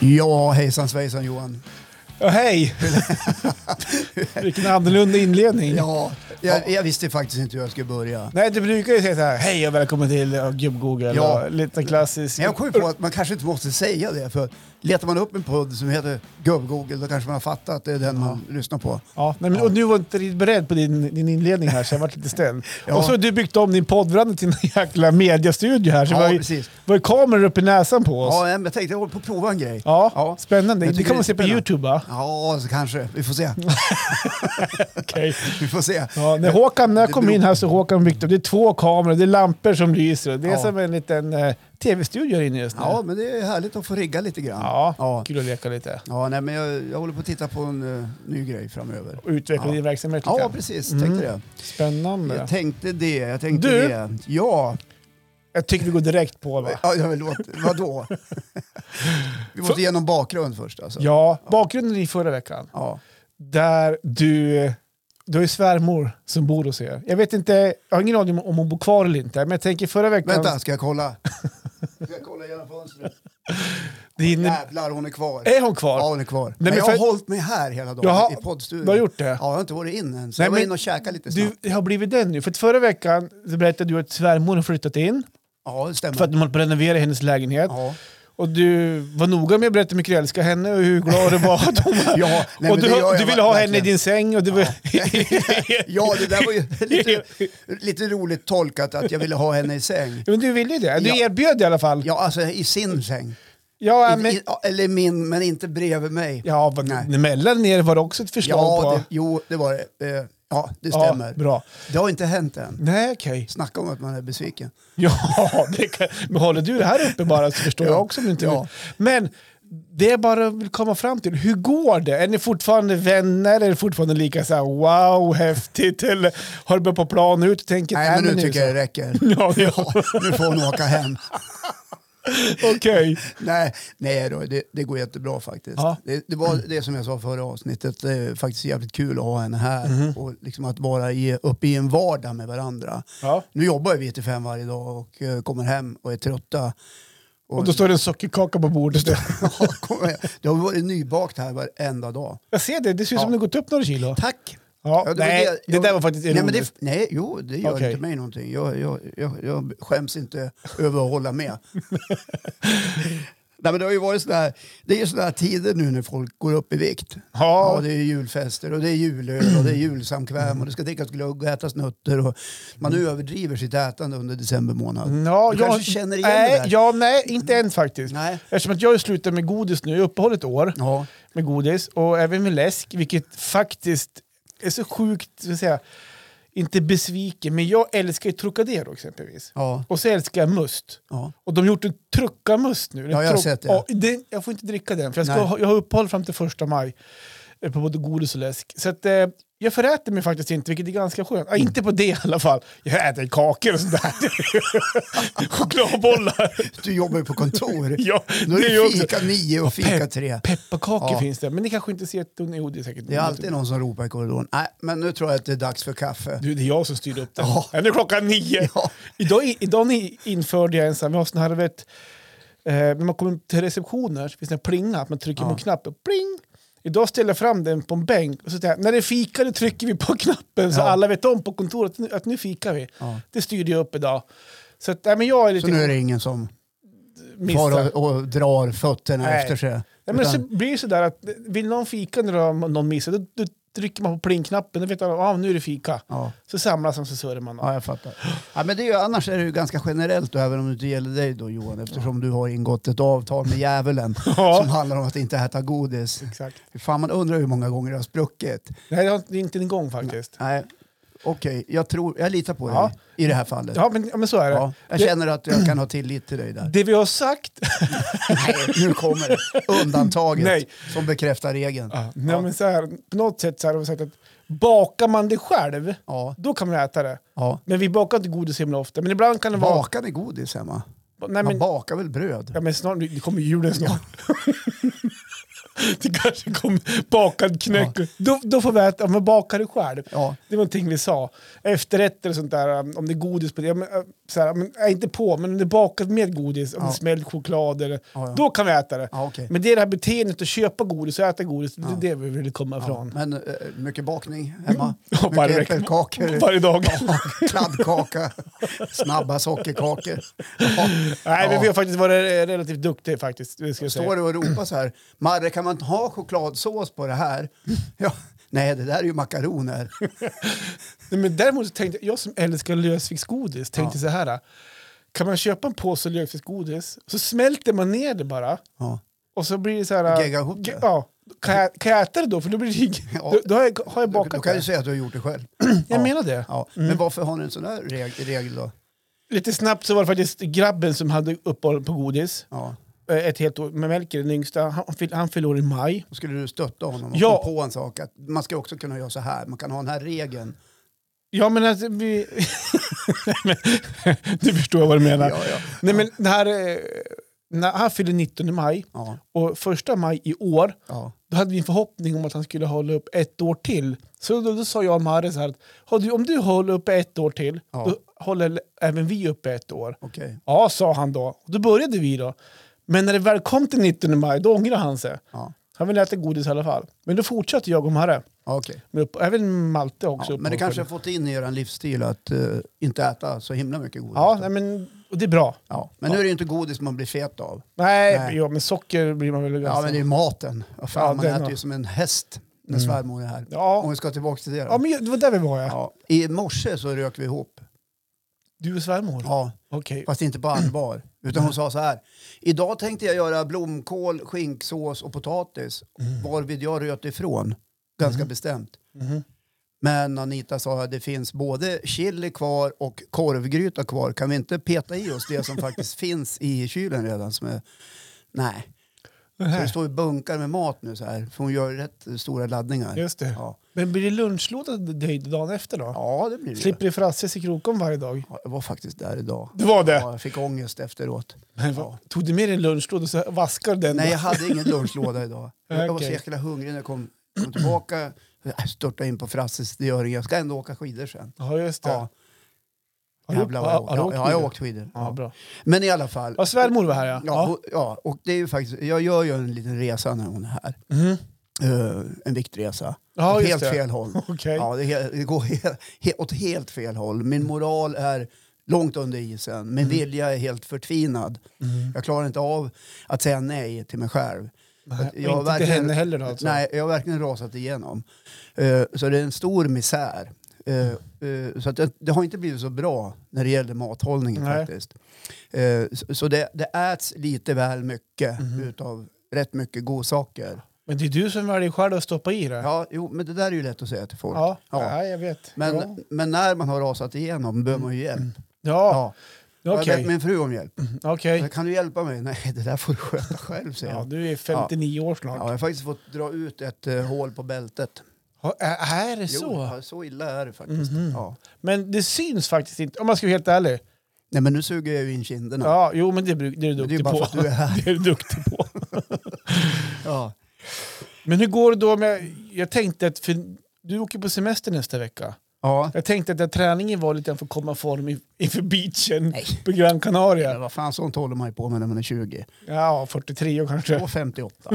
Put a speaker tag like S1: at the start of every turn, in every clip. S1: Ja, hejsan svejsan Johan.
S2: Ja, hej! Vilken annorlunda inledning.
S1: Ja, jag, jag visste faktiskt inte hur jag skulle börja.
S2: Nej, du brukar ju säga så här, hej och välkommen till ja, Gubb-Google.
S1: Ja.
S2: och Lite klassisk.
S1: Men jag kom ju på att man kanske inte måste säga det för letar man upp en podd som heter Gubb-Google då kanske man har fattat att det är den man lyssnar på.
S2: Ja, nej, men, och nu var inte riktigt beredd på din, din inledning här, så jag vart lite ställd.
S1: Ja.
S2: Och så har du byggt om din poddbrand till en jäkla mediastudio här, så
S1: Ja,
S2: var ju,
S1: precis.
S2: var ju kameror upp i näsan på oss.
S1: Ja,
S2: Ja,
S1: men jag tänkte jag håller på att prova en grej.
S2: spännande.
S1: Jag
S2: Det
S1: tycker
S2: kan man
S1: är
S2: se på
S1: spännande.
S2: YouTube va?
S1: Ja, så kanske. Vi får se.
S2: Okej.
S1: Vi får se.
S2: Ja, när Håkan, när jag
S1: Det
S2: kom
S1: beror-
S2: in här så Håkan byggt upp, det är två kameror, det är lampor som lyser. Det är
S1: Ja.
S2: som en liten eh, tv-studio här inne just nu.
S1: Ja, men det är härligt att få rigga lite grann.
S2: Ja,
S1: Ja.
S2: kul att leka lite.
S1: Ja, nej, men jag, jag håller på att titta på en eh, ny grej framöver.
S2: Och utveckla
S1: Ja.
S2: din verksamhet lite.
S1: Ja, precis.
S2: Mm.
S1: Tänkte det.
S2: Spännande.
S1: Jag
S2: Jag,
S1: tänkte det. Jag tänkte
S2: Du?
S1: det. Ja.
S2: tycker vi går direkt på va?
S1: Ja, jag vill låta, vadå? Vi måste igenom bakgrund först alltså.
S2: Ja, bakgrunden i förra veckan.
S1: Ja.
S2: Där du, du har ju svärmor som bor hos er. Jag vet inte, jag har ingen aning om- om hon bor kvar eller inte, men jag tänker förra veckan...
S1: Vänta, ska jag kolla? Ska jag kolla genom fönstret?
S2: Din,
S1: Jävlar, hon är kvar.
S2: är hon kvar?
S1: Ja, hon är kvar. men
S2: men
S1: jag har
S2: för-
S1: hållit mig här hela dagen
S2: Jaha,
S1: i poddstudion.
S2: du har gjort det?
S1: Ja, jag har inte varit inne än. Så
S2: Nej,
S1: jag var
S2: men
S1: inne och käkade lite
S2: Du,
S1: snabbt.
S2: det har blivit den nu. För att förra veckan så berättade du att svärmor har flyttat in
S1: Ja, det stämmer.
S2: för att de håller på att renovera hennes lägenhet.
S1: Ja.
S2: Och du var noga med att berätta hur mycket du älskar henne och hur glad du var att hon var.
S1: Ja, nej, men
S2: och du,
S1: det gör jag
S2: du ville ha henne i
S1: verkligen.
S2: din säng och du var...
S1: ja, det där var ju lite, lite roligt tolkat att jag ville ha henne i säng.
S2: Men du ville ju det. Du
S1: Ja.
S2: erbjöd i alla fall.
S1: Ja, alltså i sin säng.
S2: Ja,
S1: I,
S2: men,
S1: i, ja, eller min, men inte bredvid mig.
S2: ja vad-
S1: Nej.
S2: mellan er var det också ett förslag
S1: Ja,
S2: på.
S1: det, jo, det var det. Eh, Ja, det
S2: Ja,
S1: stämmer.
S2: bra.
S1: Det har inte hänt än.
S2: Nej, okej.
S1: Snacka om att man är besviken.
S2: Ja, det kan, men håller du det här uppe bara så förstår
S1: Ja.
S2: jag också om du inte
S1: Ja.
S2: vill. Men det jag bara vill komma fram till, hur går det? Är ni fortfarande vänner? Är det fortfarande lika så här wow, häftigt? Eller har du börjat på plan ut och tänker...
S1: Nej, men
S2: men
S1: nu
S2: är
S1: tycker
S2: så-
S1: jag det räcker.
S2: Ja, ja.
S1: Nu får hon åka hem.
S2: okej.
S1: Nej, nej då, det, det går jättebra faktiskt.
S2: Ja.
S1: Det, det var det som jag sa förra avsnittet, det är faktiskt jävligt kul att ha henne här
S2: Mhm.
S1: och liksom att vara i, uppe i en vardag med varandra.
S2: Ja.
S1: Nu jobbar vi till fem varje dag och eh, kommer hem och är trötta.
S2: Och då står det en sockerkaka på bordet.
S1: Ja, kommer hem. det har varit nybakt här varenda dag.
S2: Jag ser det, det ser ut som
S1: Ja.
S2: att det gått upp några kilo.
S1: Tack!
S2: Ja,
S1: Ja, det var
S2: nej, det,
S1: jag-
S2: där var faktiskt
S1: nej,
S2: ironiskt.
S1: men det, nej, jo, det gör
S2: Okej.
S1: inte mig någonting. Jag, jag, jag, jag skäms inte över att hålla med. nej, men det har ju varit sådär, det är ju sådana här tider nu när folk går upp i vikt.
S2: ja,
S1: Ja, det är julfester och det är julöl och det är julsamkväm och det ska drickas glögg och ätas nötter. Och man överdriver sitt ätande under december månad.
S2: Mm. Ja,
S1: Du
S2: jag,
S1: kanske känner igen
S2: nej,
S1: det där?
S2: Ja, nej, inte än faktiskt.
S1: Nej.
S2: Eftersom att jag har slutat med godis nu, jag har uppehållit ett år
S1: Ja,
S2: med godis och även med läsk, vilket faktiskt är så sjukt, så att säga, inte besviken, men jag älskar ju Trocadero exempelvis.
S1: ja,
S2: Och så älskar jag must.
S1: ja.
S2: Och de har gjort en truckamust nu.
S1: Ja, jag har
S2: Tro-
S1: sett det.
S2: Ja, det. Jag får inte dricka den, för jag, ska,
S1: Nej.
S2: ha- jag har uppehåll fram till första maj eh, på både godis och läsk. Så att, eh, jag föräter mig faktiskt inte, vilket är ganska skönt. Ja, inte på det i alla fall. Jag äter kakor och sådär. Chokladbollar.
S1: Du jobbar ju på kontor.
S2: ja,
S1: Nu är
S2: det gör jag
S1: det
S2: också.
S1: fika nio och fika
S2: pepp.
S1: tre.
S2: Pepparkakor
S1: Ja.
S2: finns det, men ni kanske inte ser att... Jo, det är säkert
S1: Det är alltid någon som ropar i korridoren. Nej, men nu tror jag att det är dags för kaffe.
S2: Du, det är jag som styr upp det.
S1: Ja.
S2: Ja. Nu är klockan nio.
S1: Ja.
S2: Idag, idag ni införde jag en sån här, vi har sån här, vet, eh, när man kommer till receptioner så finns det en plinga, att man trycker
S1: Ja.
S2: på knappen. Pling! Idag ställer jag fram den på en bänk och så säger jag, när det är fika då trycker vi på knappen så
S1: Ja.
S2: alla vet om på kontoret att nu, att nu fikar vi.
S1: Ja.
S2: Det styrde jag upp idag. Så att, nej, men jag är
S1: Så
S2: lite
S1: nu är det ingen som
S2: missad.
S1: far och, och drar fötterna
S2: Nej.
S1: efter sig.
S2: Nej, men så
S1: Utan,
S2: blir det sådär att vill någon fika när de- någon missar, då, då trycker man på plingknappen, då vet alla, ah, nu är det fika.
S1: ja.
S2: Så samlas de, så sörjer man.
S1: ja, jag fattar. Ja, men det är ju, annars är det ju ganska generellt, då, även om det inte gäller dig då Johan, eftersom du har ingått ett avtal med djävulen
S2: Ja.
S1: som handlar om att inte äta godis.
S2: Exakt.
S1: Fan, man undrar hur många gånger det har spruckit.
S2: Nej, det har inte- inte en gång faktiskt.
S1: Nej, okej, jag tror, jag litar på dig
S2: Ja.
S1: i det här fallet. Ja.
S2: Ja, men, ja, men så är det.
S1: jag känner att jag kan ha tillit till dig där.
S2: Det vi har sagt...
S1: Nej, nu kommer det. Undantaget
S2: Nej.
S1: som bekräftar regeln.
S2: Ja. Nej, men så här, på något sätt så här har vi sagt att bakar man det själv,
S1: Ja.
S2: då kan man äta det.
S1: Ja.
S2: Men vi bakar inte godis himla ofta. Men ibland kan det vara...
S1: Bakar ni godis hemma?
S2: Nej,
S1: Man
S2: men,
S1: bakar väl bröd?
S2: ja, men snart, det kommer julen snart. Det kanske kom bakad knäck. Då, då får vi äta, ja, men bakar du själv?
S1: Ja.
S2: Det var någonting vi sa. Efterrätter och sånt där, um, om det är godis på det. ja, Men, uh, så här, men, äh, inte på, men om det är bakat med godis, om
S1: Ja.
S2: det är smält choklad eller...
S1: Ja, ja.
S2: Då kan vi äta det.
S1: Ja, okej.
S2: Men det är det här beteendet att köpa godis och äta godis, det är det vi vill komma ifrån.
S1: Men eh, mycket bakning hemma.
S2: Ja, varje
S1: mycket
S2: vecka.
S1: äppelkakor.
S2: Varje dag.
S1: Ja, kladdkaka. Snabba sockerkakor. Ja.
S2: Nej,
S1: Ja.
S2: men vi har faktiskt varit eh, relativt duktiga faktiskt. Det ska jag
S1: Står
S2: säga.
S1: du och ropar så här. Marre, kan man inte ha chokladsås på det här? Ja, nej, det där är ju makaroner.
S2: Nej, men däremot så tänkte jag, jag som älskar lösviktsgodis, tänkte så här. eh, Kan man köpa en påse lösviktsgodis, så smälter man ner det bara.
S1: Ja.
S2: Och så blir det så här... äh,
S1: Gegga ihop det.
S2: Ja. Kan jag, kan jag äta det då? För då blir det ing-
S1: Ja.
S2: då, då har jag, har jag
S1: Då,
S2: bakat
S1: då kan du
S2: det.
S1: säga att du har gjort det själv.
S2: Jag
S1: Ja.
S2: menar det.
S1: Ja. Men varför har ni en sån där reg- regel då?
S2: Lite snabbt så var det faktiskt grabben som hade uppehåll på godis.
S1: Ja.
S2: eh, Ett helt år. Men Melker, den yngsta, han, han fyll- han fyller år i maj.
S1: Då skulle du stötta honom och
S2: Ja.
S1: kom på en sak. Att man ska också kunna göra så här. Man kan ha den här regeln.
S2: Ja, men alltså, vi... Nej, men, du förstår vad du menar.
S1: Ja, ja.
S2: Nej, men det här, eh, när han fyllde 19 maj
S1: Ja.
S2: och första maj i år,
S1: Ja.
S2: då hade vi en förhoppning om att han skulle hålla upp ett år till. Så då, då sa jag och Marre så här, att, "Har du- om du håller upp ett år till,
S1: Ja.
S2: då håller även vi upp ett år.
S1: Okej.
S2: Ja, sa han då. Och Då började vi då. Men när det väl kom till 19 maj, då ångrade han sig.
S1: Ja.
S2: Han ville äta godis i alla fall. Men då fortsatte jag och Marre.
S1: Ja, okej.
S2: med upp- Även Malte också.
S1: Ja, men det
S2: uppehåll.
S1: kanske har fått in i er livsstil att eh, inte äta så himla mycket godis.
S2: Ja, nej, men och det är bra.
S1: Ja, Men nu är det ju inte godis man blir fet av.
S2: Nej,
S1: Nej.
S2: Ja, men socker blir man väl ganska...
S1: Ja, men det är ju maten. Vad fan,
S2: Ja,
S1: man
S2: den
S1: äter
S2: har-
S1: ju som en häst när svärmor är här. Om
S2: Mm. ja.
S1: vi ska tillbaka till det då.
S2: ja, men det var där vi var ja.
S1: Ja. I morse så rök vi ihop.
S2: Du och svärmor?
S1: Ja,
S2: Okej.
S1: fast inte på allvar. Utan hon sa så här. Idag tänkte jag göra blomkål, skinksås och potatis.
S2: Mm.
S1: Varvid jag röt ifrån. Ganska bestämt.
S2: Mhm.
S1: Men Anita sa att det finns både chili kvar och korvgryta kvar. Kan vi inte peta i oss det som faktiskt finns i kylen redan? Som är... Nej. Så det står ju bunkar med mat nu så här. För hon gör rätt stora laddningar.
S2: Just det.
S1: Ja,
S2: Men blir det lunchlåda dig dagen efter då?
S1: ja det blir det. ju.
S2: Slipper du frasses i krokom varje dag?
S1: Ja, jag var faktiskt där idag.
S2: Det var det?
S1: Ja, jag fick ångest efteråt.
S2: Men vad- Tog du med dig en lunchlåda och så vaskar du den?
S1: Nej,
S2: då?
S1: jag hade ingen lunchlåda idag. Jag var så
S2: Okej.
S1: jäkla hungrig när jag kom, kom tillbaka. Jag störtade in på Frasses, det gör inget. Jag ska ändå åka skidor sen.
S2: Ja, just det.
S1: Ja,
S2: Har du-
S1: jävlar vad jag
S2: har- har
S1: åkte.
S2: du
S1: Ja,
S2: åkt
S1: jag har
S2: skidor?
S1: åkt skidor.
S2: Ja,
S1: Ja.
S2: bra.
S1: Men i alla fall.
S2: Ja, svärmor var här ja.
S1: Ja, och, ja, och det är ju faktiskt, jag gör ju en liten resa när hon är här.
S2: Mhm.
S1: Eh, en viktresa.
S2: Ja,
S1: Åt
S2: just
S1: helt
S2: det.
S1: fel håll.
S2: Okej.
S1: Ja, det, he- det går he, he, åt helt fel håll. Min moral är långt under isen. Min
S2: Mm.
S1: vilja är helt förtvinad. Jag klarar inte av att säga nej till mig själv.
S2: Nej,
S1: Att
S2: och inte till henne heller då, alltså?
S1: Nej, jag har verkligen rasat igenom. Eh, så det är en stor misär. Eh, eh, så att det, det har inte blivit så bra när det gäller mathållningen
S2: Nej.
S1: faktiskt. Eh, så så det, det äts lite väl mycket
S2: Mhm.
S1: utav rätt mycket godsaker.
S2: Men det är du som väljer själv att stoppa i det.
S1: Ja, jo, men det där är ju lätt att säga till folk.
S2: ja.
S1: Ja.
S2: ja jag vet.
S1: Men,
S2: ja, Mm.
S1: men när man har rasat igenom behöver man ju hjälp.
S2: ja.
S1: Ja. Jag har
S2: okej.
S1: bett min fru om hjälp.
S2: Okej.
S1: Kan du hjälpa mig? Nej, det där får du sköta själv, säger
S2: Ja,
S1: hon.
S2: du är 59 år
S1: Ja,
S2: snart.
S1: jag har faktiskt fått dra ut ett eh, hål på bältet.
S2: Ja. Är det
S1: Jo,
S2: så? Mhm.
S1: ja, så illa är det faktiskt. ja.
S2: Men det syns faktiskt inte, om man ska vara helt ärlig.
S1: Nej, men nu suger jag ju in kinderna.
S2: Ja, jo, men det, bruk- det är du
S1: Men det är ju
S2: duktig
S1: bara
S2: på.
S1: för att du är här.
S2: Det är du duktig på.
S1: Ja.
S2: Men hur går det då med... Jag tänkte att... För du åker på semester nästa vecka.
S1: ja.
S2: Jag tänkte att den träningen var lite för att komma i form i- inför beachen
S1: Nej.
S2: på Gran
S1: Men
S2: Canaria.
S1: vad fan, sånt håller man ju på med när man är 20.
S2: Ja, 43 kanske.
S1: Och 58.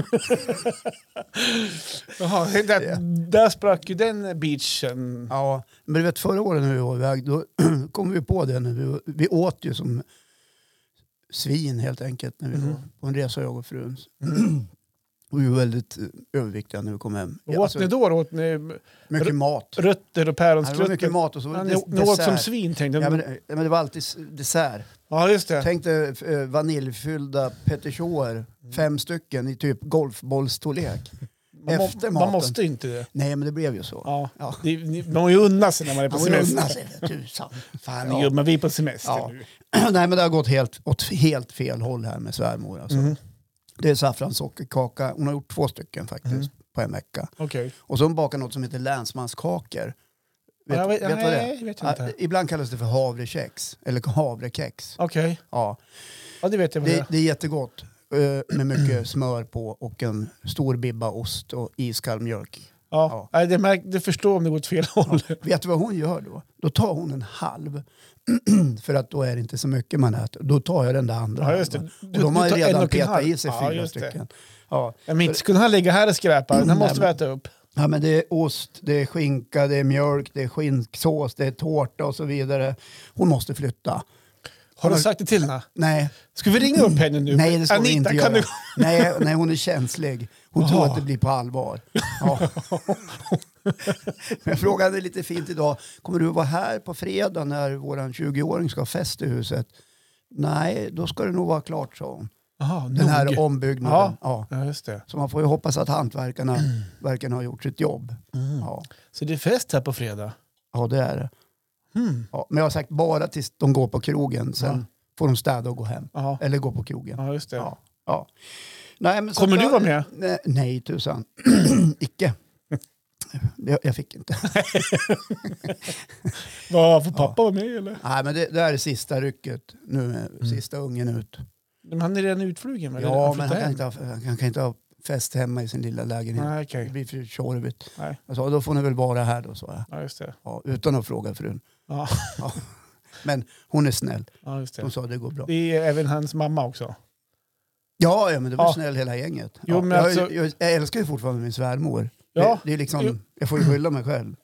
S2: Jaha, så där,
S1: Ja.
S2: där sprack ju den beachen.
S1: ja. Men du vet, förra året när vi var iväg, då kom vi på det. När vi, vi åt ju som svin helt enkelt när vi
S2: Mm.
S1: var på en resa, jag och frun. och vi var väldigt eh, överviktiga när vi kom hem.
S2: Vad
S1: Ja,
S2: Mm. åt
S1: alltså,
S2: ni då? då? Åt ni
S1: mycket mat.
S2: rötter och
S1: Ja, Det var mycket
S2: päronskrutter?
S1: mat och så var
S2: Ja,
S1: det
S2: Ni
S1: des-
S2: ni åt som
S1: dessert.
S2: svin tänkte
S1: Ja, men,
S2: jag.
S1: det- ja, men det var alltid s- dessert.
S2: Ja, just det.
S1: Tänk dig eh, vaniljfyllda petichorer,
S2: Mm.
S1: fem stycken i typ golfbollsstorlek.
S2: Man, må-
S1: efter maten.
S2: man måste ju inte det.
S1: Nej, men det blev ju så.
S2: Ja.
S1: Ja.
S2: Det, ni- man må ju unna sig när man är på
S1: Man får ju
S2: semester.
S1: unna sig för tusan.
S2: Fan,
S1: Ja.
S2: det gör man. Vi är på semester
S1: Ja.
S2: nu.
S1: Nej, men det har gått helt, åt helt fel håll här med svärmor. Alltså.
S2: Mhm.
S1: Det är saffranssockerkaka. Hon har gjort två stycken faktiskt
S2: Mhm.
S1: på en vecka.
S2: Okej.
S1: Och så har hon bakat något som heter länsmanskakor. Vet,
S2: Ja, jag
S1: vet
S2: vet-
S1: du vad det är?
S2: nej, vet jag inte.
S1: Ja, ibland kallas det för havrekex. Eller havrekex.
S2: Okej.
S1: Ja.
S2: Ja, det vet jag vad det
S1: Det,
S2: är.
S1: det är jättegott. eh, med mycket smör på och en stor bibba ost och iskall mjölk.
S2: Ja. Nej, Det, märk, det förstår om det går åt fel håll.
S1: Vet du vad hon gör då? Då tar hon en halv. för att då är det inte så mycket man äter. Då tar jag den där andra
S2: Ja, just det.
S1: halvan.
S2: Du-
S1: och de har
S2: du
S1: ju
S2: tar en
S1: redan
S2: och en
S1: petat
S2: halv.
S1: i sig
S2: Ja,
S1: fyra
S2: just det.
S1: stycken. Ja.
S2: Ja, men inte skulle han ligga här och skräpa. Den här
S1: Nej,
S2: måste vi
S1: men-
S2: äta upp.
S1: ja, men det är ost, det är skinka, det är mjölk, det är skinksås, det är tårta och så vidare. Hon måste flytta.
S2: Har du
S1: Har-
S2: sagt det till henne?
S1: Nej,
S2: Ska vi ringa upp henne nu?
S1: nej det ska
S2: Anita,
S1: hon inte
S2: kan
S1: göra.
S2: du...
S1: Nej, nej, hon är känslig. Hon tror att det blir på allvar. Ja. Jag frågade lite fint idag, kommer du vara här på fredag när våran 20-åring ska ha fest i huset? Nej, då ska det nog vara klart, sa hon.
S2: Aha,
S1: Den här
S2: nog.
S1: ombyggnaden. Ja.
S2: Ja, Mm. just det.
S1: Så man får ju hoppas att hantverkarna verkligen har gjort sitt jobb.
S2: Mm.
S1: Ja.
S2: Så det är fest här på fredag?
S1: ja, det är det.
S2: Mm.
S1: Ja. Men jag har sagt bara tills de går på krogen, sen får de städa och gå hem.
S2: Ja.
S1: Eller gå på krogen.
S2: ja, just det.
S1: Ja. Ja. Nej, men så
S2: Kommer
S1: att
S2: du
S1: jag-
S2: vara med?
S1: Nej, nej tusan. Icke. Jag, jag fick inte.
S2: Vad, får pappa vara med eller?
S1: Nej, men det, det här är sista rycket. Nu är sista ungen ut.
S2: Mm. Men han är redan utflugen? eller?
S1: Ja, men han
S2: flyttar
S1: kan,
S2: hem.
S1: inte ha, han kan inte ha fest hemma i sin lilla lägenhet.
S2: Nej,
S1: Det
S2: okej.
S1: blir för tjorvigt.
S2: Nej.
S1: Jag sa, då får ni väl vara här då, sa jag.
S2: Ja, just det.
S1: Ja, utan att fråga frun.
S2: Ja,
S1: Ja. Men hon är snäll.
S2: ja, just det.
S1: Hon sa det går bra.
S2: Det är även hans mamma också.
S1: Ja, ja men det var
S2: Ja.
S1: snäll hela gänget.
S2: Jo,
S1: ja.
S2: men
S1: jag,
S2: alltså-
S1: jag, jag älskar ju fortfarande min svärmor.
S2: Ja.
S1: Det, det är liksom,
S2: Jo.
S1: Jag får ju skylla mig själv.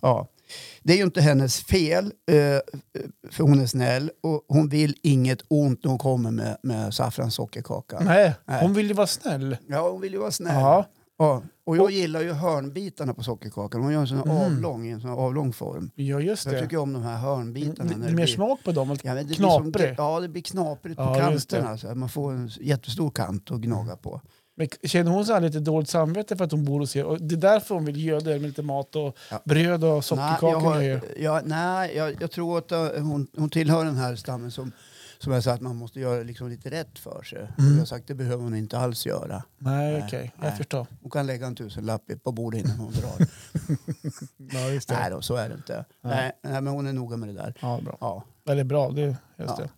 S1: Ja. Det är ju inte hennes fel, eh, för hon är snäll och hon vill inget ont när hon kommer med, med saffranssockerkaka.
S2: Nej,
S1: Nej.
S2: hon vill ju vara snäll.
S1: Ja, hon vill ju vara snäll.
S2: Ja.
S1: Ja. Och jag
S2: Och- Mm.
S1: gillar ju hörnbitarna på sockerkakan. Hon gör en sån här avlång, i en sån här avlång form.
S2: ja, just
S1: Så jag
S2: det.
S1: tycker om de här
S2: Det
S1: hörnbitarna. när
S2: är mer smak på dem.
S1: Ja, men det Blir som,
S2: Knaprig.
S1: ja, det blir knaprigt på
S2: Ja, just det.
S1: kanterna. Så här. man får en jättestor kant att gnaga på.
S2: Men känner hon så här lite dåligt samvete för att hon bor hos er? Och det är därför hon vill göda er med lite mat och
S1: Ja.
S2: bröd och
S1: Nej, jag,
S2: sockerkakor. och grejer.
S1: har, jag, nej jag, jag tror att eh, hon, hon tillhör den här stammen som, som jag sa att man måste göra liksom lite rätt för sig. Och
S2: Mm.
S1: Jag har sagt det behöver hon inte alls göra.
S2: Nej,
S1: Nej,
S2: okej.
S1: nej.
S2: Jag förstår.
S1: Hon kan lägga en tusenlapp i- på bordet innan hon drar.
S2: Ja, just det.
S1: nej då, så är det inte. Nej, nej, men hon är noga med det där.
S2: Ja, bra.
S1: Ja.
S2: Eller bra, det, just
S1: Ja.
S2: det.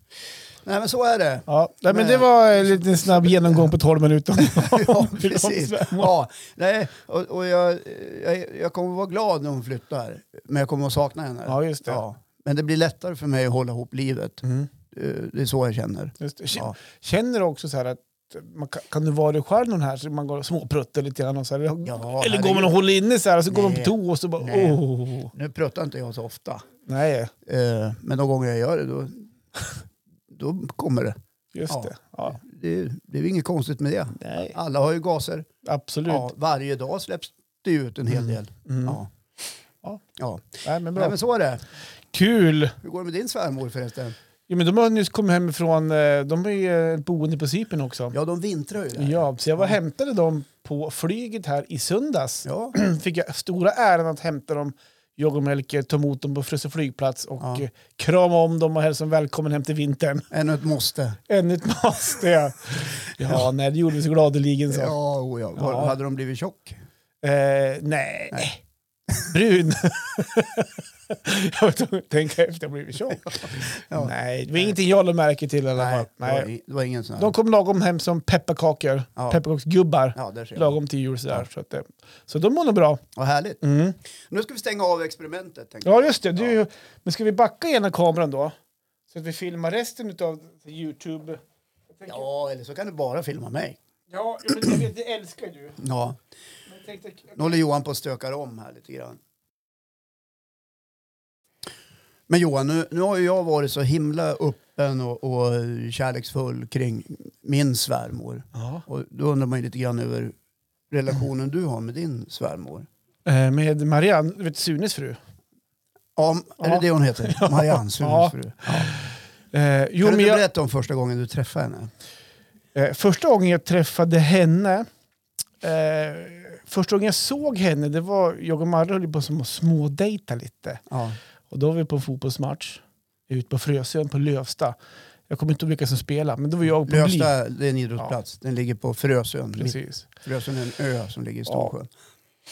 S1: Nej men så är det.
S2: Ja, nej, men det
S1: Men-
S2: var en liten snabb genomgång på 12 minuter.
S1: Ja, precis. Ja, nej, och, och jag, jag, jag kommer vara glad när hon flyttar. Men jag kommer att sakna henne.
S2: Ja, just det.
S1: Ja. Men det blir lättare för mig att hålla ihop livet.
S2: Mm.
S1: Eh, Det är så jag känner.
S2: Just det. K-
S1: Ja.
S2: Känner du också så här att man kan, kan du vara dig själv någon här så man går och småpruttar lite grann? Och så här,
S1: Ja,
S2: eller går
S1: herregud.
S2: man och håller inne så här och så går man på
S1: Nej.
S2: toa och så bara
S1: Nej.
S2: åh.
S1: Nu pruttar inte jag så ofta.
S2: Nej,
S1: Eh, Men de gånger jag gör det då, då kommer det.
S2: just
S1: Ja.
S2: det. Ja,
S1: Det är, det är ju inget konstigt med det.
S2: nej.
S1: Alla har ju gaser.
S2: Absolut.
S1: Ja, varje dag släpps det ju ut en hel del.
S2: Mm.
S1: Ja.
S2: Ja.
S1: Ja.
S2: Nej, men bra.
S1: Nej, men så är det.
S2: Kul!
S1: Hur går det med din svärmor förresten?
S2: Ja, men de har nyss kommit hemifrån, eh, de är ju ett boende på Cypern också.
S1: Ja, de vintrar ju där.
S2: Ja, så jag var och hämtade dem på flyget här i söndags.
S1: Ja.
S2: Fick jag stora äran att hämta dem, jag och Melker, ta emot dem på Frösö flygplats och
S1: Ja.
S2: eh, krama om dem och hälsa dem välkommen hem till vintern.
S1: Ännu ett måste.
S2: Ännu ett måste jag. Ja, nej, det gjorde vi så gladeligen så.
S1: Ja, oh ja. Var,
S2: Ja.
S1: Hade de blivit tjock?
S2: Eh, nej. Brun. jag vet inte, tänka efter, jag blev tjock.
S1: Ja.
S2: Nej, det var ingenting jag lade märke till i alla fall.
S1: Det, var,
S2: Nej.
S1: i- det var ingen sån här.
S2: De kom lagom hem som pepparkakor,
S1: Ja.
S2: pepparkaksgubbar.
S1: Ja, där ser jag.
S2: Lagom till jul sådär. Så, att, det- så de mår nog bra.
S1: Vad härligt.
S2: Mm.
S1: Nu ska vi stänga av experimentet. Tänkte. jag.
S2: Ja, just det. Du, Men ska vi backa ena kameran då? Så att vi filmar resten av Youtube. Jag tänker-
S1: ja, eller så kan du bara filma mig.
S2: Ja, ja, men jag vet, det älskar ju du.
S1: Ja.
S2: Men jag tänkte,
S1: Nu håller Johan på att stökar om här lite grann. Men Johan, nu, nu har ju jag varit så himla öppen och, och kärleksfull kring min svärmor.
S2: ja.
S1: Och då undrar man ju lite grann över relationen du har med din svärmor.
S2: Eh, Med Marianne, du vet Sunes fru. Eh,
S1: Ja, är det
S2: Ja.
S1: det hon heter? Marianne, Sunes
S2: Ja.
S1: fru.
S2: Eh, jo,
S1: Kan
S2: men
S1: du
S2: jag,
S1: berätta om första gången du träffade henne?
S2: eh, första gången jag träffade henne, eh, första gången jag såg henne, det var jag och Marre höll på som att smådejta lite.
S1: Ja.
S2: Och då var vi på en fotbollsmatch ute på Frösön på Lövsta. Jag kommer inte ihåg vilka som spelade, men det var jag och publik.
S1: Lövsta, det är en idrottsplats. Den ligger på Frösön.
S2: Precis.
S1: Frösön är en ö som ligger i Storsjön.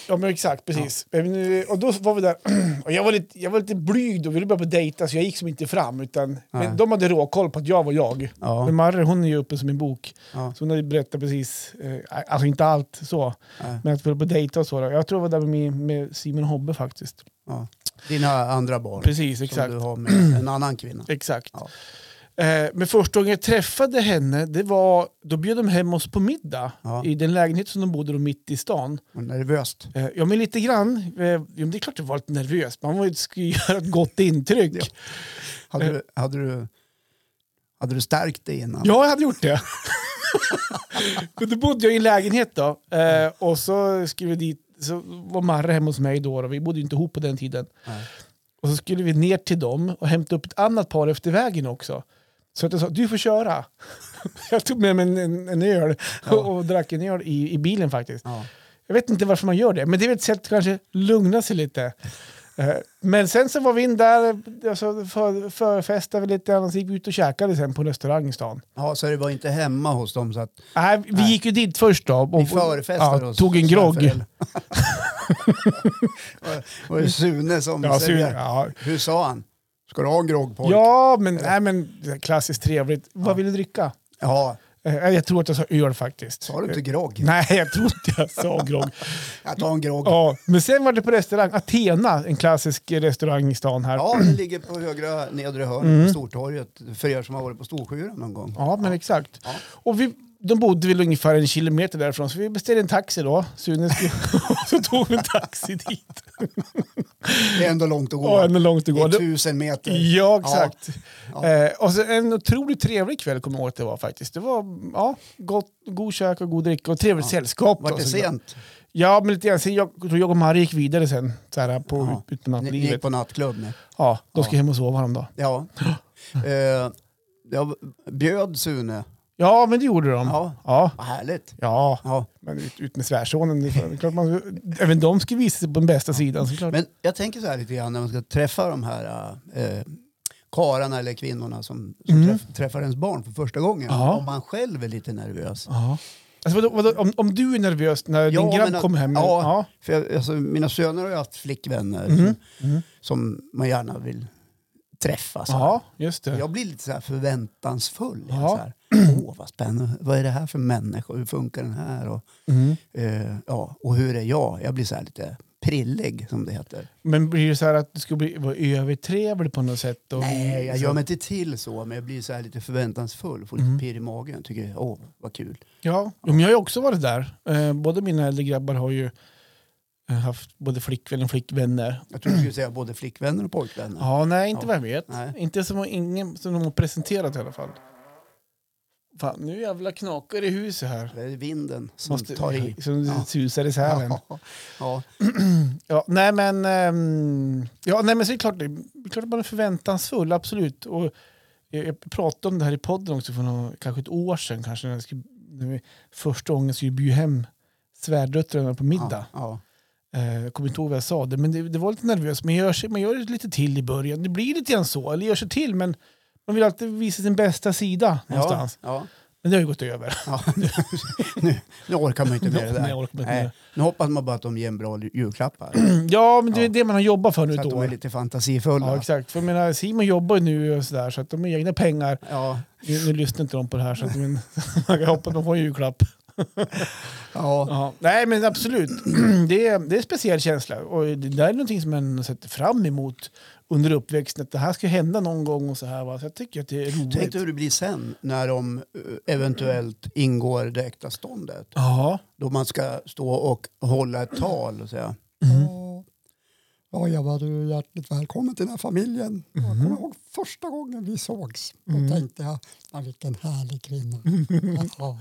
S2: Ja men exakt, precis. Men, eh, Och då var vi där, och jag var lite, jag var lite blyg då, ville börja på dejta så jag gick som inte fram. Utan, men
S1: Nej.
S2: de hade råkoll på att jag var jag.
S1: Ja.
S2: Men Marre hon är ju uppe som en bok.
S1: Ja.
S2: Så hon hade berättat precis, eh, alltså inte allt så,
S1: Nej.
S2: men att vi höll på att dejta och så. Då. Jag tror jag var där med, med Simon Hobbe faktiskt.
S1: Ja. Dina andra barn
S2: Precis,
S1: som
S2: exakt.
S1: du har med en annan kvinna.
S2: Exakt.
S1: Ja.
S2: Eh, Men första gången jag träffade henne, det var, då bjöd de hem oss på middag
S1: Ja.
S2: i den lägenhet som de bodde då mitt i stan.
S1: Och nervöst.
S2: Eh, Ja, men lite grann. Eh, ja, men Det är klart jag var lite nervös. Man var ju- skulle ju göra ett gott intryck.
S1: Ja.
S2: Ja,
S1: Hade,
S2: Eh.
S1: du, hade, du, hade du stärkt dig innan?
S2: jag hade gjort det. Men då bodde jag i en lägenhet då. Eh, och så skulle vi dit. Så var Marre hemma hos mig då. Och vi bodde ju inte ihop på den tiden.
S1: Nej.
S2: Och så skulle vi ner till dem och hämta upp ett annat par efter vägen också. Så att jag sa, du får köra. jag tog med mig en, en, en öl och, och drack en öl i, i bilen faktiskt.
S1: Ja.
S2: Jag vet inte varför man gör det, men det är väl ett sätt att kanske lugna sig lite. Eh, Men sen så var vi in där, alltså för, förfestade vi lite, och så gick vi ut och käkade sen på en restaurang i stan.
S1: ja, så det var inte hemma hos dem så att
S2: Nej, vi gick ju dit först då. Och,
S1: ni förfestade
S2: ja,
S1: oss.
S2: Tog en grogg.
S1: Svärförälder. Var- Var det Sune som
S2: Ja, så,
S1: serverade?
S2: ja.
S1: Hur sa han? Ska du ha en grogg pojk?
S2: ja, men, nej, men klassiskt trevligt. Vad vill du dricka?
S1: Ja,
S2: Eh, Jag tror att jag sa öl faktiskt. Eh,
S1: Sa du inte grogg?
S2: Nej, jag tror inte jag sa grogg.
S1: Jag tar en grogg. Ja,
S2: Ja, men sen var det på restaurang, Athena, en klassisk restaurang i stan här.
S1: den ligger på högra nedre hörnet på Stortorget. För er som har varit på Storsjöyran någon gång.
S2: Mm. Ja, men exakt.
S1: Ja.
S2: Och vi, de bodde väl ungefär en kilometer därifrån, så vi beställde en taxi då. Sune skulle, så tog vi en taxi dit.
S1: Det är ändå långt att gå.
S2: Ja, men långt att gå.
S1: I tusen meter.
S2: Ja, exakt.
S1: Ja.
S2: Eh, och så en otroligt trevlig kväll kommer jag ihåg att det var faktiskt. Det var ja, gott, god kök och god dricka och trevligt sällskap.
S1: Vart
S2: då,
S1: det
S2: så-
S1: sent?
S2: Ja, men lite grann. Sen jag, jag tror jag och Marie gick vidare sen, så här, på,
S1: Ja.
S2: ut på
S1: Ni, ni gick
S2: nattlivet.
S1: på nattklubb nu?
S2: Ja, då ska jag hem och sova dem då.
S1: Ja. eh, jag bjöd Sune.
S2: Ja, men det gjorde de.
S1: Ja.
S2: ja.
S1: Vad härligt.
S2: ja.
S1: Ja.
S2: Men ut, ut med svärsonen. Det är klart man, även de ska visa sig på den bästa sidan såklart.
S1: Men jag tänker så här lite grann när man ska träffa de här eh, kararna eller kvinnorna som, som träff, träffar ens barn för första gången.
S2: Mm. Ja.
S1: Om man själv är lite nervös.
S2: ja. alltså, vadå, vadå, om, om du är nervös när
S1: Ja,
S2: din grabb
S1: men att-
S2: kommer hem?
S1: Ja,
S2: ja.
S1: För jag, alltså, mina söner har ju haft flickvänner
S2: Mm-hmm.
S1: Som, som man gärna vill träffa. Så här.
S2: ja, just det.
S1: Jag blir lite så här förväntansfull.
S2: Ja.
S1: Ja. Så här. Åh, vad spännande. Vad är det här för människa? Hur funkar den här? Och,
S2: Mm.
S1: eh, ja, och hur är jag? Jag blir så här lite prillig, som det heter.
S2: Men blir det så här att du ska bli vara övertrevlig på något sätt? Och,
S1: Nej, Eh, jag gör mig inte till så, men jag blir så här lite förväntansfull. Får lite
S2: Mm.
S1: pirr i magen. Tycker, åh, vad kul.
S2: Ja, jo, men jag har ju också varit där. Eh, båda mina äldre grabbar har ju eh, haft både flickvän och flickvänner.
S1: Jag tror du skulle säga både flickvänner och pojkvänner.
S2: Ja, nej, inte
S1: Ja.
S2: vad jag vet.
S1: Nej.
S2: Inte som, ingen, som de har presenterat i alla fall. Fan, nu jävla knakar det i huset här.
S1: Det är vinden som
S2: Måste,
S1: tar i.
S2: Som
S1: Ja.
S2: susar i sälen. Ja.
S1: Ja, ja.
S2: nej men, ehm, ja, nej men så är det klart, det är klart att man är förväntansfull, absolut. Och jag, jag pratade om det här i podden också för någon, kanske ett år sedan kanske, när jag skulle, när vi, första gången skulle jag bjuda hem svärdöttrarna på middag.
S1: Ja,
S2: Eh, jag kommer inte ihåg vad jag sa, det, men det, det var lite nervöst. Man gör, sig, man gör det lite till i början, det blir lite grann så, eller gör sig till, men man vill alltid visa sin bästa sida
S1: ja.
S2: någonstans.
S1: Ja,
S2: Men det har ju gått över.
S1: ja. nu, nu orkar man inte med det där.
S2: Nej, jag orkar inte med det. Mm.
S1: Nej. Nu hoppas man bara att de ger en bra julklappar.
S2: Ja, men det är
S1: Ja.
S2: det man har jobbat för nu
S1: Så att
S2: ett
S1: de
S2: år.
S1: är lite fantasifulla.
S2: Ja, exakt. För jag menar, Simon jobbar ju nu och sådär, så att de har egna pengar.
S1: Ja,
S2: Nu, nu lyssnar inte de på det här, så att men, jag hoppas att de får en julklapp.
S1: ja.
S2: Ja. Nej, men absolut. Det är, det är en speciell känsla. Och det där är någonting som man sätter fram emot under uppväxten. Att det här ska hända någon gång och så här. Va? Så jag tycker att det är
S1: Tänk
S2: roligt.
S1: dig hur det blir sen när de eh, eventuellt ingår det äkta ståndet.
S2: Ja.
S1: Då man ska stå och hålla ett tal och säga
S2: Mm.
S1: Ja, jag var du hjärtligt välkommen till den här familjen.
S3: Jag
S2: Mm.
S3: kommer ihåg första gången vi sågs. Då tänkte jag, "Ja, vilken härlig kvinna.
S2: Mm.
S3: Ja.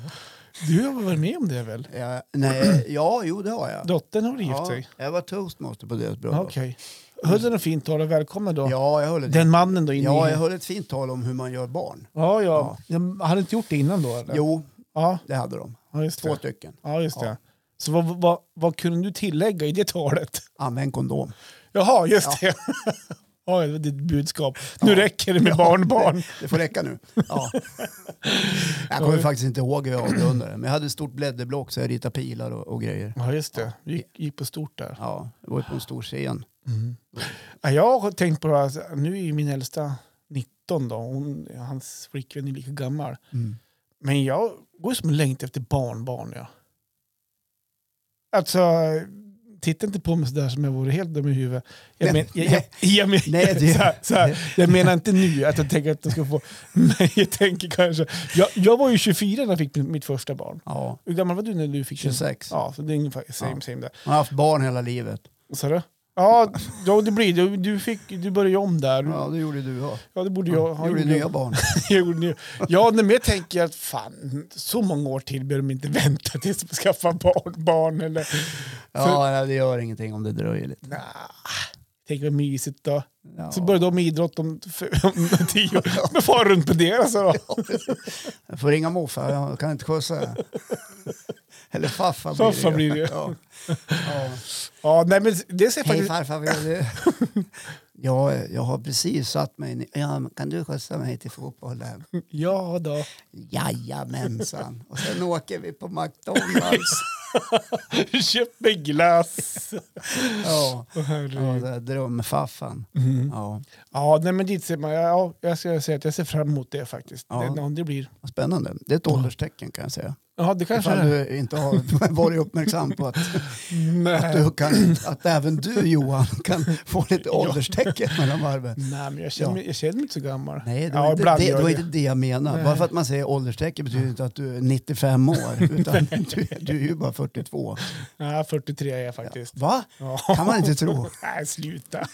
S2: Du har väl varit med om det väl?
S1: Ja, nej, ja, jo det har jag.
S2: Dottern har väl gift
S1: ja,
S2: sig?
S1: jag var toastmaster på deras bröllop.
S2: Okej. Höll den ett fint tal och välkomna då?
S1: Ja, jag höll ett,
S2: Den mannen då? In
S1: ja,
S2: i...
S1: jag höll ett fint tal om hur man gör barn.
S2: ja, ja. Jag hade inte gjort det innan då? Eller?
S1: Jo,
S2: Ja,
S1: det hade de.
S2: ja, just det.
S1: Två stycken.
S2: Ja, just det.
S1: Ja.
S2: Så vad, vad, vad kunde du tillägga i det talet?
S1: Använd kondom.
S2: Jaha, just det. Ja, det var ditt budskap. Nu räcker det med barnbarn.
S1: Det får räcka nu. Ja. Jag kommer faktiskt inte ihåg hur jag avrundade. Men jag hade ett stort blädderblock så jag ritade pilar och, och grejer.
S2: Ja, just det. Vi gick, gick på stort där.
S1: Ja, det var ju på en stor scen.
S2: Ja, jag har tänkt på det här, alltså, nu är ju min äldsta 19 då, hon, hans flickvän är lika gammal. Men jag går som en längtan efter barnbarn. Ja. Alltså, titta inte på mig sådär som jag vore helt dum i huvudet. Jag, men, jag, jag, jag, men,
S1: Nej, det-
S2: så här, så här, jag menar inte nu att jag tänker att jag ska få, men jag tänker kanske, jag, jag var ju 24 när jag fick min- mitt första barn.
S1: Ja,
S2: Hur gammal var du när du fick din-
S1: 26.
S2: Ja, så det är ungefär same
S1: Ja.
S2: same där.
S1: Man har haft barn hela livet.
S2: Vad sa du? Ja, ja, det blir du, du, fick, du började ju om där.
S1: Ja, det gjorde du också.
S2: Ja, det borde jag ha
S1: gjorde
S2: gjort.
S1: nya barn.
S2: Jag gjorde nya. Ja, nej, men jag tänker att fan, så många år till behöver de inte vänta tills de skaffar barn. barn eller,
S1: Ja, nej, det gör ingenting om det dröjer lite.
S2: nah, tänk vad mysigt då.
S1: Ja.
S2: Så börjar de med idrott om, f- om tio år. Men far runt på det alltså då.
S1: Jag får ringa morfar, jag kan inte skjutsa. er. Eller farfar blir
S2: Farfar
S1: det.
S2: blir det.
S1: Ja. Ja.
S2: Ja, nej, men det ser
S1: Hej
S2: faktiskt...
S1: farfar, vill du? Ja, jag har precis satt mig ner. Ja, men kan du skjutsa mig till fotbollen?
S2: Ja då.
S1: Jajamensan. Och sen åker vi på McDonalds.
S2: Köp mig glass.
S1: Ja,
S2: Åh, herregud.
S1: ja det är drömfaffan.
S2: Mm.
S1: Ja,
S2: Ja, nej, men dit ser man. Ja, jag ska säga att jag ser fram emot det faktiskt.
S1: Ja.
S2: Det, ja, det blir.
S1: vad spännande. Det är ett ålderstecken kan jag säga.
S2: Ja, det kanske
S1: Ifall
S2: är.
S1: du inte har varit uppmärksam på att, att,
S2: Nej.
S1: du kan, att även du Johan kan få lite ålderstecken mellan varven.
S2: nej, men jag känner,
S1: Ja.
S2: mig, jag känner mig inte så gammal.
S1: Nej, det
S2: ja,
S1: var, inte,
S2: ibland
S1: det,
S2: gör
S1: det var
S2: jag
S1: inte det jag menade. Bara för att man säger ålderstecken betyder inte att du är 95 år. Utan du, du är ju bara 42.
S2: Ja, 43 är jag faktiskt.
S1: Va?
S2: Ja.
S1: Kan man inte tro.
S2: Nej, sluta.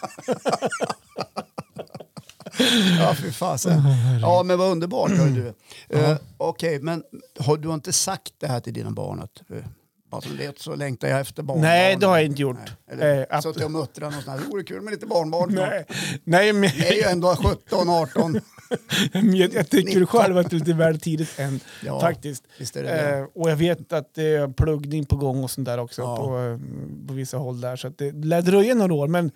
S1: Ja, fy fasen. Ja, men vad underbart. Hör du. Eh, Okej, men har du har inte sagt det här till dina barn? Att, uh, bara som det så längtar jag efter barnbarn.
S2: Nej, det har jag inte gjort.
S1: Eller,
S2: Eh, ab-
S1: så att jag muttrar någonstans. Det vore kul med lite barnbarn. Nej.
S2: Nej, nej men
S1: Det är ju ändå 17, 18.
S2: men jag, jag tycker själv att det är lite väl tidigt än,
S1: Ja,
S2: faktiskt.
S1: visst är det det.
S2: Eh, och jag vet att det är pluggning på gång och sånt där också
S1: Ja.
S2: på, eh, på vissa håll där. Så att det lär dröja några år, men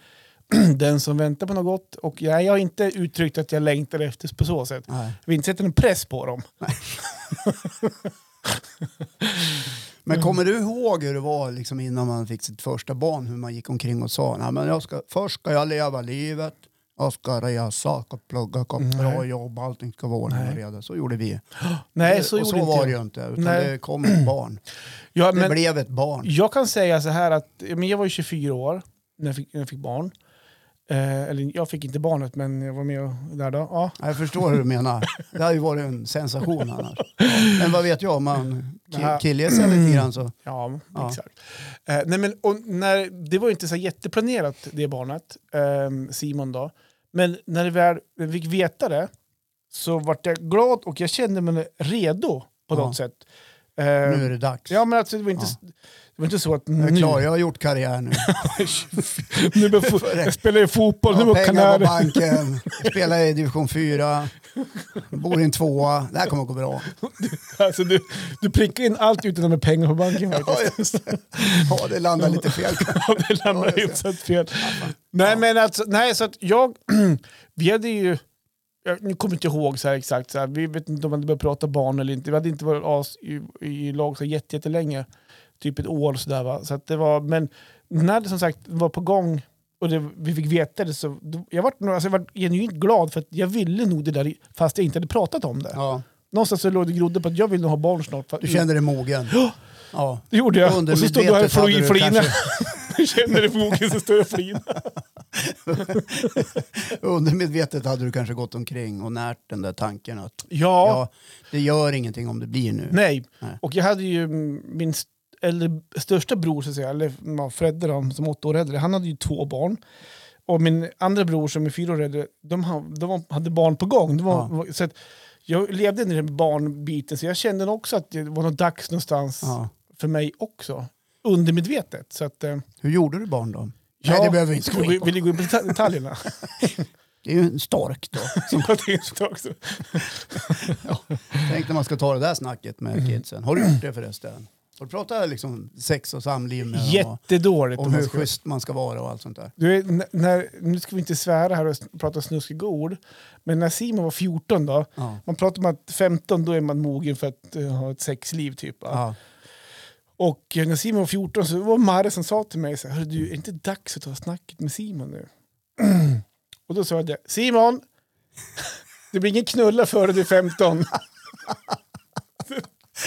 S2: den som väntar på något gott. Och jag, jag har inte uttryckt att jag längtar efter på så sätt.
S1: Nej.
S2: Jag vill inte sätta någon press på dem. mm.
S1: Men kommer du ihåg hur det var liksom innan man fick sitt första barn? Hur man gick omkring och sa Nej, men jag ska, först ska jag leva livet, jag ska resa, och plugga, och
S2: Mm.
S1: bra jobb, allting ska vara ordning och reda. Så gjorde vi.
S2: Nej, så
S1: Eh, och
S2: gjorde
S1: så
S2: inte
S1: var
S2: jag.
S1: det ju inte, utan
S2: Nej.
S1: det kom ett barn.
S2: Ja,
S1: Det
S2: men-
S1: blev ett barn.
S2: Jag kan säga så här att ja, men jag var ju 24 år när jag fick, när jag fick barn. Eh, eller jag fick inte barnet men jag var med och, där då. Ja.
S1: Ja, Jag förstår hur du menar. Det hade ju varit en sensation annars. Ja. Men vad vet jag, om man ki- killar sig lite grann så...
S2: Ja,
S1: Ja.
S2: exakt. Eh, nej, men, och när, det var ju inte så här jätteplanerat det barnet, eh, Simon då. Men när det väl jag fick veta det så vart jag glad och jag kände mig redo
S1: Ja.
S2: på något sätt. Eh,
S1: Nu är det dags.
S2: Ja men alltså det var inte, det var inte så att
S1: Jag
S2: nu...
S1: är klar, jag har gjort karriär nu.
S2: nu bör, jag spelar ju fotboll, nu
S1: Jag
S2: var
S1: har pengar på
S2: kanär.
S1: banken, spelar i division 4, bor i en tvåa. Det här kommer att gå bra.
S2: Alltså, du, du prickar in allt utan med pengar på banken faktiskt.
S1: Ja, just det. Ja, det landar lite fel.
S2: Ja, det
S1: Ja,
S2: lämnar
S1: just det.
S2: hyfsat fel. Nej, men alltså, nej, så att jag... vi hade ju... Jag nu kommer inte ihåg så här exakt, så här, vi vet inte om man började prata barn eller inte. Vi hade inte varit as i, i lag så jätte- jättelänge. Typ ett år sådär va. Så att det var, men när det som sagt var på gång och det, vi fick veta det så då- jag var, alltså, jag var genuint glad för att jag ville nog det där fast jag inte hade pratat om det.
S1: Ja,
S2: Någonstans så låg det grodde på att jag vill nog ha barn snart. För,
S1: du kände dig mogen. Ja.
S2: det gjorde jag. Och så stod du här och
S1: Undermedvetet hade
S2: fl-
S1: du
S2: flinade.
S1: kanske-
S2: Jag känner det på boken så står jag och flinar.
S1: Undermedvetet hade du kanske gått omkring och närt den där tanken att
S2: Ja,
S1: ja, det gör ingenting om det blir nu.
S2: nej.
S1: Nej.
S2: Och jag hade ju mm, min st- eller största bror, så att säga, eller ja, Fredde då, som är åtta år äldre, han hade ju två barn. Och min andra bror som är fyra år äldre, de, ha- de var, hade barn på gång. De var,
S1: Ja.
S2: var- så att jag levde i den här barnbiten, så jag kände nog också att det var något dags någonstans
S1: Ja.
S2: för mig också. Undermedvetet. Så att, eh,
S1: Hur gjorde du barn då? Nej, det behöver vi inte
S2: Ska
S1: gå in på.
S2: Vill du gå in på deta- detaljerna?
S1: Det är ju en stork då.
S2: Som jag tänkte också. Mm.
S1: Tänk när man ska ta det där snacket med kidsen. Har du gjort det förresten? Då pratar jag liksom sex och samliv med dem
S2: Jättedåligt.
S1: och, om
S2: om man
S1: hur
S2: ska-
S1: schysst man ska vara och allt sånt där.
S2: Du, n- när, nu ska vi inte svära här och s- prata snuskiga ord, men när Simon var 14 då,
S1: Ja.
S2: man pratar om att 15 då är man mogen för att eh, ha ett sexliv typ. va?
S1: Ja.
S2: Och eh, när Simon var 14 så var det Marre som sa till mig så här, "Hörru du, är det inte dags att ta snacket med Simon nu? och då sa jag, Simon, det blir ingen knulla före du är 15.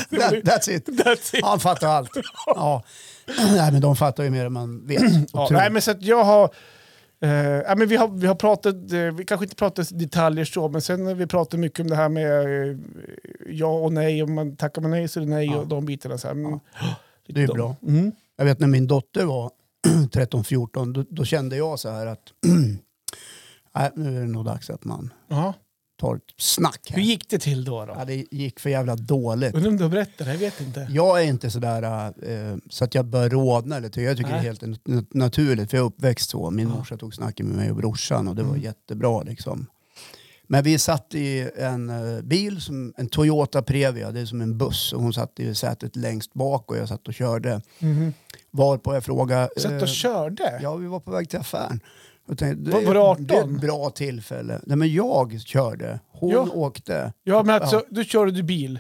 S1: That, that's it.
S2: That's it.
S1: Han fattar allt. Ja. Nej, men de fattar ju mer än man vet.
S2: Ja,
S1: Och tror.
S2: nej, men så att jag har... Eh, ja, men vi, har, vi har pratat, eh, vi kanske inte pratat detaljer så, men sen har vi pratat mycket om det här med eh, ja och nej, om man tackar man nej så är det nej
S1: Ja.
S2: och de bitarna. Så här. Men,
S1: Det är
S2: de-
S1: bra.
S2: Mm.
S1: Jag vet när min dotter var 13-14, då, då kände jag så här att nej, nu är det nog dags att man
S2: Jaha.
S1: tar ett snack
S2: Hur
S1: här.
S2: gick det till då? då?
S1: Ja, det gick för jävla dåligt.
S2: Undrar om du har berättat det, jag vet inte.
S1: Jag är inte sådär eh, så att jag börjar rodna eller tycker. Jag tycker
S2: Nej.
S1: det är helt nat- naturligt för jag är uppväxt så. Min
S2: Ja.
S1: morsa tog snacket med mig och brorsan och det var
S2: Mm.
S1: jättebra liksom. Men vi satt i en eh, bil, som en Toyota Previa, det är som en buss och hon satt i sätet längst bak och jag satt och körde.
S2: Mhm.
S1: Varpå jag frågade...
S2: Satt
S1: eh,
S2: och körde?
S1: Ja, vi var på väg till affären. Jag tänkte,
S2: Var-
S1: det-
S2: var du 18?
S1: Det är ett bra tillfälle. Nej, men jag körde. Hon
S2: Ja.
S1: åkte.
S2: Ja, men alltså, då körde du bil.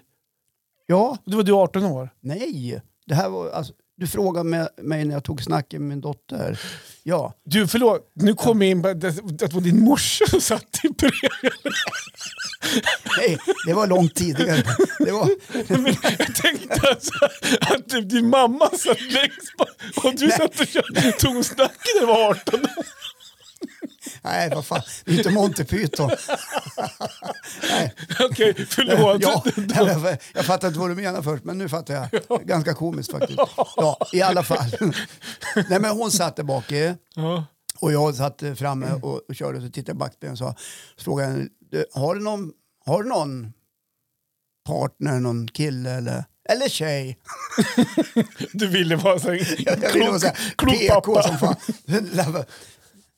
S1: Ja,
S2: Då var du 18 år.
S1: nej. Det här var, alltså, du frågade med mig när jag tog snacket med min dotter. Ja,
S2: Du, förlåt. Nu kom jag in på att att det var din morsa som satt i brev.
S1: nej, det var långt tidigare. Det var,
S2: Jag tänkte alltså att typ din mamma satt längst bak och du satt och kö- tog snacket när du var 18.
S1: nej, vad fan. Det är inte Monty Python. nej,
S2: Okej, förlåt.
S1: ja, jag, jag fattade inte vad du menade först, men nu fattar jag. Ganska komiskt faktiskt. Ja, i alla fall. nej, men hon satt där bak. i.
S2: Ja.
S1: Och jag satt eh, framme och, och körde och så tittade jag i backspegeln och sa, så frågade jag, "Du, har du någon, har du någon partner, någon kille eller, eller tjej?
S2: Du ville vara så här,
S1: Jag, jag ville vara så här
S2: klok
S1: PK
S2: pappa.
S1: som fan. ja,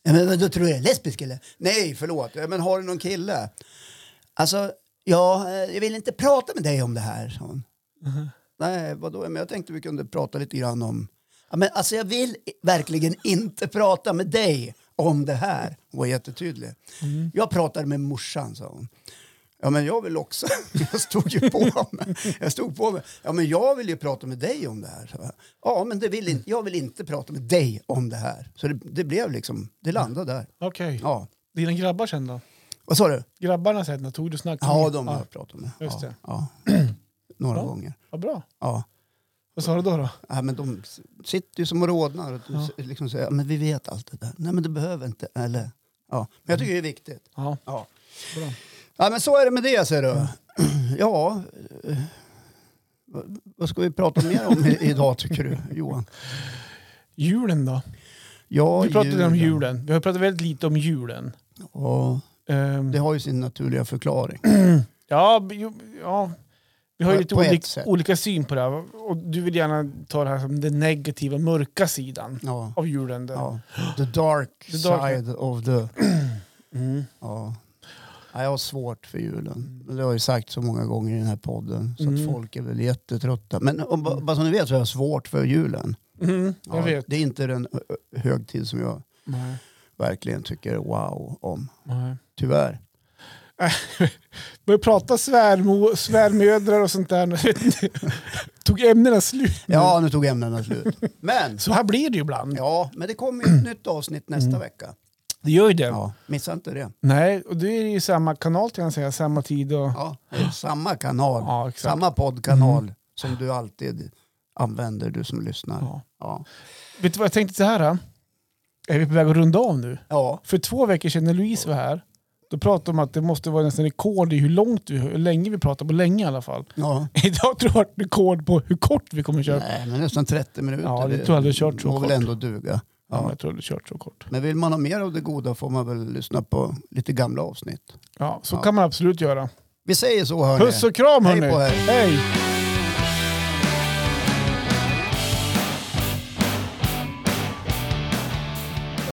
S1: men, men då tror jag är lesbisk eller? Nej, förlåt. Ja, Men har du någon kille? Alltså, ja, eh, jag vill inte prata med dig om det här, sa hon.
S2: Uh-huh.
S1: Nej, vadå? Men jag tänkte vi kunde prata lite grann om... Ja, men alltså jag vill i- verkligen inte prata med dig om det här. Hon var jättetydlig.
S2: Mm.
S1: Jag pratade med morsan, sa hon. Ja, men jag vill också. Jag stod ju på mig. Jag stod på mig. Ja, men jag vill ju prata med dig om det här. sa jag. Ja, men det vill in, jag vill inte prata med dig om det här. Så det, det blev liksom, det landade där.
S2: Okej,
S1: Ja.
S2: dina grabbar sen då?
S1: Vad sa du?
S2: Grabbarna sen, då tog du snacket?
S1: Ja,
S2: med-
S1: de har
S2: Mm. ja.
S1: jag pratat med.
S2: Just
S1: Ja,
S2: det.
S1: ja. Några
S2: Ja.
S1: gånger.
S2: Vad bra.
S1: Ja.
S2: Vad sa du då? då?
S1: Ja, men de s- sitter ju som och rodnar och
S2: Ja.
S1: ja. liksom säger men vi vet allt det där. Nej men du behöver inte. Eller, ja. Men jag tycker det är viktigt.
S2: Ja,
S1: Ja.
S2: bra.
S1: ja men så är det med det ser du. Ja. eh, vad- Vad ska vi prata mer om i- idag tycker du Johan?
S2: Julen då?
S1: Ja,
S2: Vi pratade om
S1: julen.
S2: julen. Vi har pratat väldigt lite om julen.
S1: Ja,
S2: Ehm,
S1: det har ju sin naturliga förklaring.
S2: Ja, b- jo, ja. vi har ju
S1: På-
S2: lite
S1: på ett
S2: olik,
S1: sätt.
S2: olika syn på det här. Och du vill gärna ta det här som den negativa, mörka sidan
S1: Ja.
S2: av julen. där.
S1: Ja. The dark
S2: The dark-
S1: side of the...
S2: Mm.
S1: Ja. Ja, jag har svårt för julen. Men Det har jag ju sagt så många gånger i den här podden. Så
S2: Mm.
S1: att folk är väl jättetrötta. Men om, ba- bara som ni vet så har jag svårt för julen.
S2: Mm, jag
S1: Ja,
S2: vet.
S1: Det är inte den ö, ö, högtid som jag
S2: Nej,
S1: verkligen tycker wow om.
S2: nej.
S1: Tyvärr.
S2: Började prata svärmo, svärmödrar och sånt där. Tog ämnena slut?
S1: Ja, nu tog ämnena slut. Mm. Men,
S2: Så här blir det ju ibland.
S1: ja, men det kommer ju ett nytt avsnitt nästa
S2: Mm.
S1: vecka.
S2: Det gör ju det.
S1: Ja, missa inte det.
S2: Nej, och det är ju samma kanal kan jag säga, samma tid och...
S1: Ja, det är samma kanal,
S2: Ja, exakt. Mm.
S1: samma poddkanal som du alltid använder, du som lyssnar.
S2: Ja.
S1: Ja.
S2: Vet du vad, jag tänkte så här. Då? Är vi på väg att runda av nu?
S1: ja.
S2: För två veckor sedan när Louise var här, då pratade de om att det måste vara nästan rekord i hur långt vi, hur länge vi pratar på länge i alla fall.
S1: ja.
S2: Idag tror jag att det är rekord på hur kort vi kommer köra.
S1: Nej, men nästan 30 minuter.
S2: Ja, det tror jag aldrig kört så
S1: må väl
S2: kort.
S1: ändå duga.
S2: Ja. men
S1: Ja.
S2: Jag tror att det är kört så kort.
S1: Men vill man ha mer av det goda får man väl lyssna på lite gamla avsnitt.
S2: Ja, så
S1: Ja.
S2: kan man absolut göra.
S1: Vi säger så hörni.
S2: Puss och kram
S1: Hej
S2: hörni!
S1: på er.
S2: Hej!